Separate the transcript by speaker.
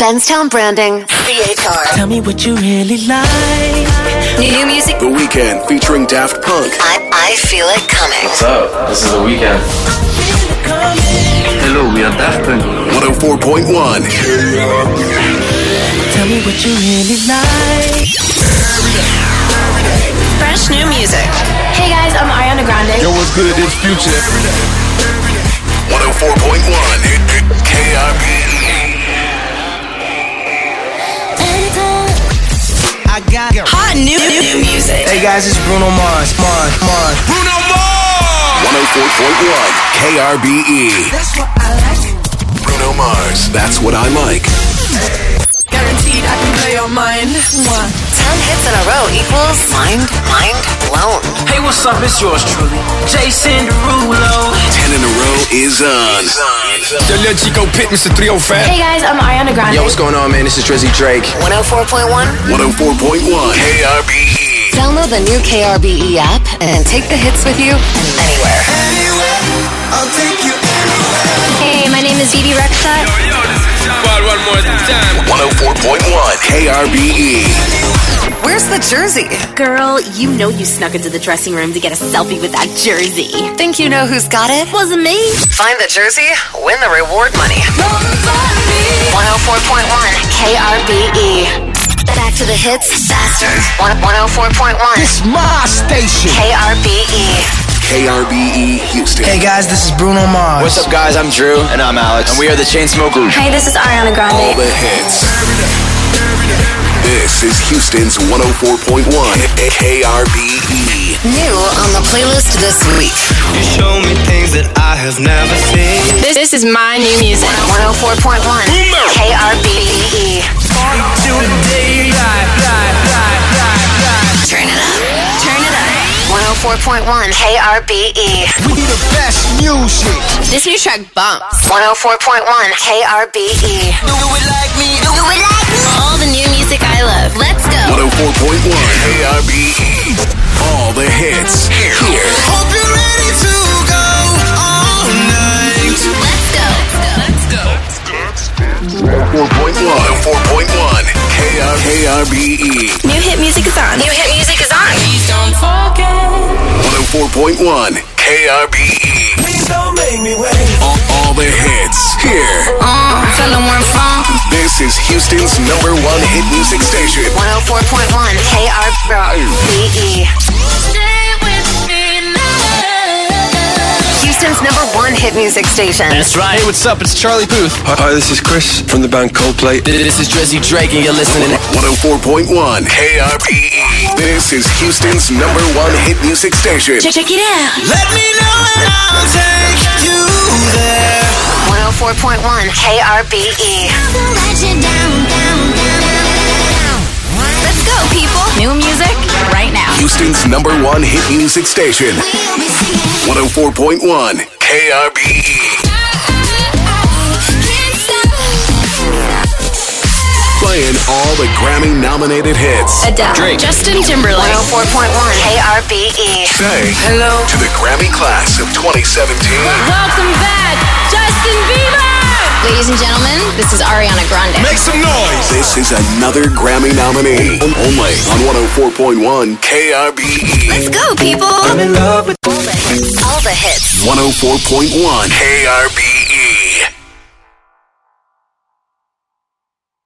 Speaker 1: Benstown Branding. CHR.
Speaker 2: Tell me what you really like.
Speaker 1: New music.
Speaker 3: The Weekend featuring Daft Punk.
Speaker 1: I, I feel it coming.
Speaker 4: What's up? This is the weekend. Hello, we are Daft Punk.
Speaker 3: 104.1.
Speaker 2: Tell me what you really like.
Speaker 5: Fresh new music. Hey guys, I'm Ariana Grande.
Speaker 6: Yo, what's good? It's Future.
Speaker 3: 104.1. KIP.
Speaker 2: I got
Speaker 5: Hot new, new, new music.
Speaker 2: Hey guys, it's Bruno Mars. Mars, Mars.
Speaker 3: 104.1. KRBE.
Speaker 2: That's what I like.
Speaker 3: E. Bruno Mars. That's what I like.
Speaker 5: Guaranteed I can play your mind.
Speaker 1: Ten hits in a row equals mind, mind blown.
Speaker 7: Hey, what's up? It's yours truly, Jason Derulo.
Speaker 3: Ten in a row is on.
Speaker 6: Yo, Lil Chico Pitt, Mr. 305.
Speaker 5: Hey guys, I'm Ariana Grande.
Speaker 2: Yo, what's going on, man? This is Drizzy Drake.
Speaker 1: 104.1.
Speaker 3: 104.1. KRBE.
Speaker 1: Download the new KRBE E app and take the hits with you anywhere.
Speaker 8: Hey, my name is Didi Rexha.
Speaker 6: one more time.
Speaker 3: 104.1. KRBE.
Speaker 1: Where's the jersey?
Speaker 8: Girl, you know you snuck into the dressing room to get a selfie with that jersey.
Speaker 1: Think you know who's got it?
Speaker 8: Wasn't me.
Speaker 1: Find the jersey, win the reward money. 104.1 KRBE. E. Back to the hits faster. One- 104.1
Speaker 2: my station.
Speaker 1: KRBE.
Speaker 3: KRBE E, Houston.
Speaker 2: Hey guys, this is Bruno Mars.
Speaker 4: What's up, guys? I'm Drew. And I'm Alex. And we are the Chainsmokers.
Speaker 8: Hey, this is Ariana
Speaker 3: All
Speaker 8: Grande.
Speaker 3: the hits. This is Houston's 104.1. KRBE.
Speaker 1: New on the playlist this week.
Speaker 9: You show me things that I have never seen.
Speaker 5: This, this is my new music.
Speaker 1: 104.1 KRBE. Turn it up. Turn it up. 104.1 KRBE.
Speaker 2: We the best music.
Speaker 5: This new track bumps.
Speaker 1: 104.1 KRBE.
Speaker 8: All the new music I love. Let's go.
Speaker 3: 104.1 KRBE. E. All the hits here.
Speaker 9: Hope you're ready to go all night.
Speaker 8: Let's go.
Speaker 3: 104.1. 104.1 KR- KRBE.
Speaker 8: New hit music is on.
Speaker 1: New hit music is on.
Speaker 3: 104.1 KRBE. Please don't make me wait. All, all the hits here.
Speaker 5: Uh, Tell 'em where I'm from.
Speaker 3: This is Houston's number one hit music station.
Speaker 1: 104.1 KRBE. Houston's number one hit music station.
Speaker 4: That's right. Hey, what's up? It's Charlie Booth.
Speaker 6: Hi, this is Chris from the band Coldplay.
Speaker 4: This is Drizzy Drake, and you're listening.
Speaker 3: 104.1 KRBE. E. This is Houston's number one hit music station.
Speaker 8: Check, check it out.
Speaker 9: Let me know and I'll take you there.
Speaker 1: 104.1 KRBE.
Speaker 8: Let's go, people. New music right now.
Speaker 3: Houston's number one hit music station. 104.1 KRBE. Playing all the Grammy nominated hits.
Speaker 8: Adele.
Speaker 4: Drake.
Speaker 5: Justin Timberlake.
Speaker 1: 104.1 KRBE.
Speaker 3: Say
Speaker 5: Hello.
Speaker 3: to the Grammy class of 2017.
Speaker 5: Welcome back, Justin Bieber.
Speaker 8: Ladies and gentlemen, this is Ariana Grande.
Speaker 6: Make some noise.
Speaker 3: This is another Grammy nominee. On- oh Only on 104.1 KRBE. E.
Speaker 8: Let's go, people.
Speaker 1: All the hits.
Speaker 3: 104.1 KRBE.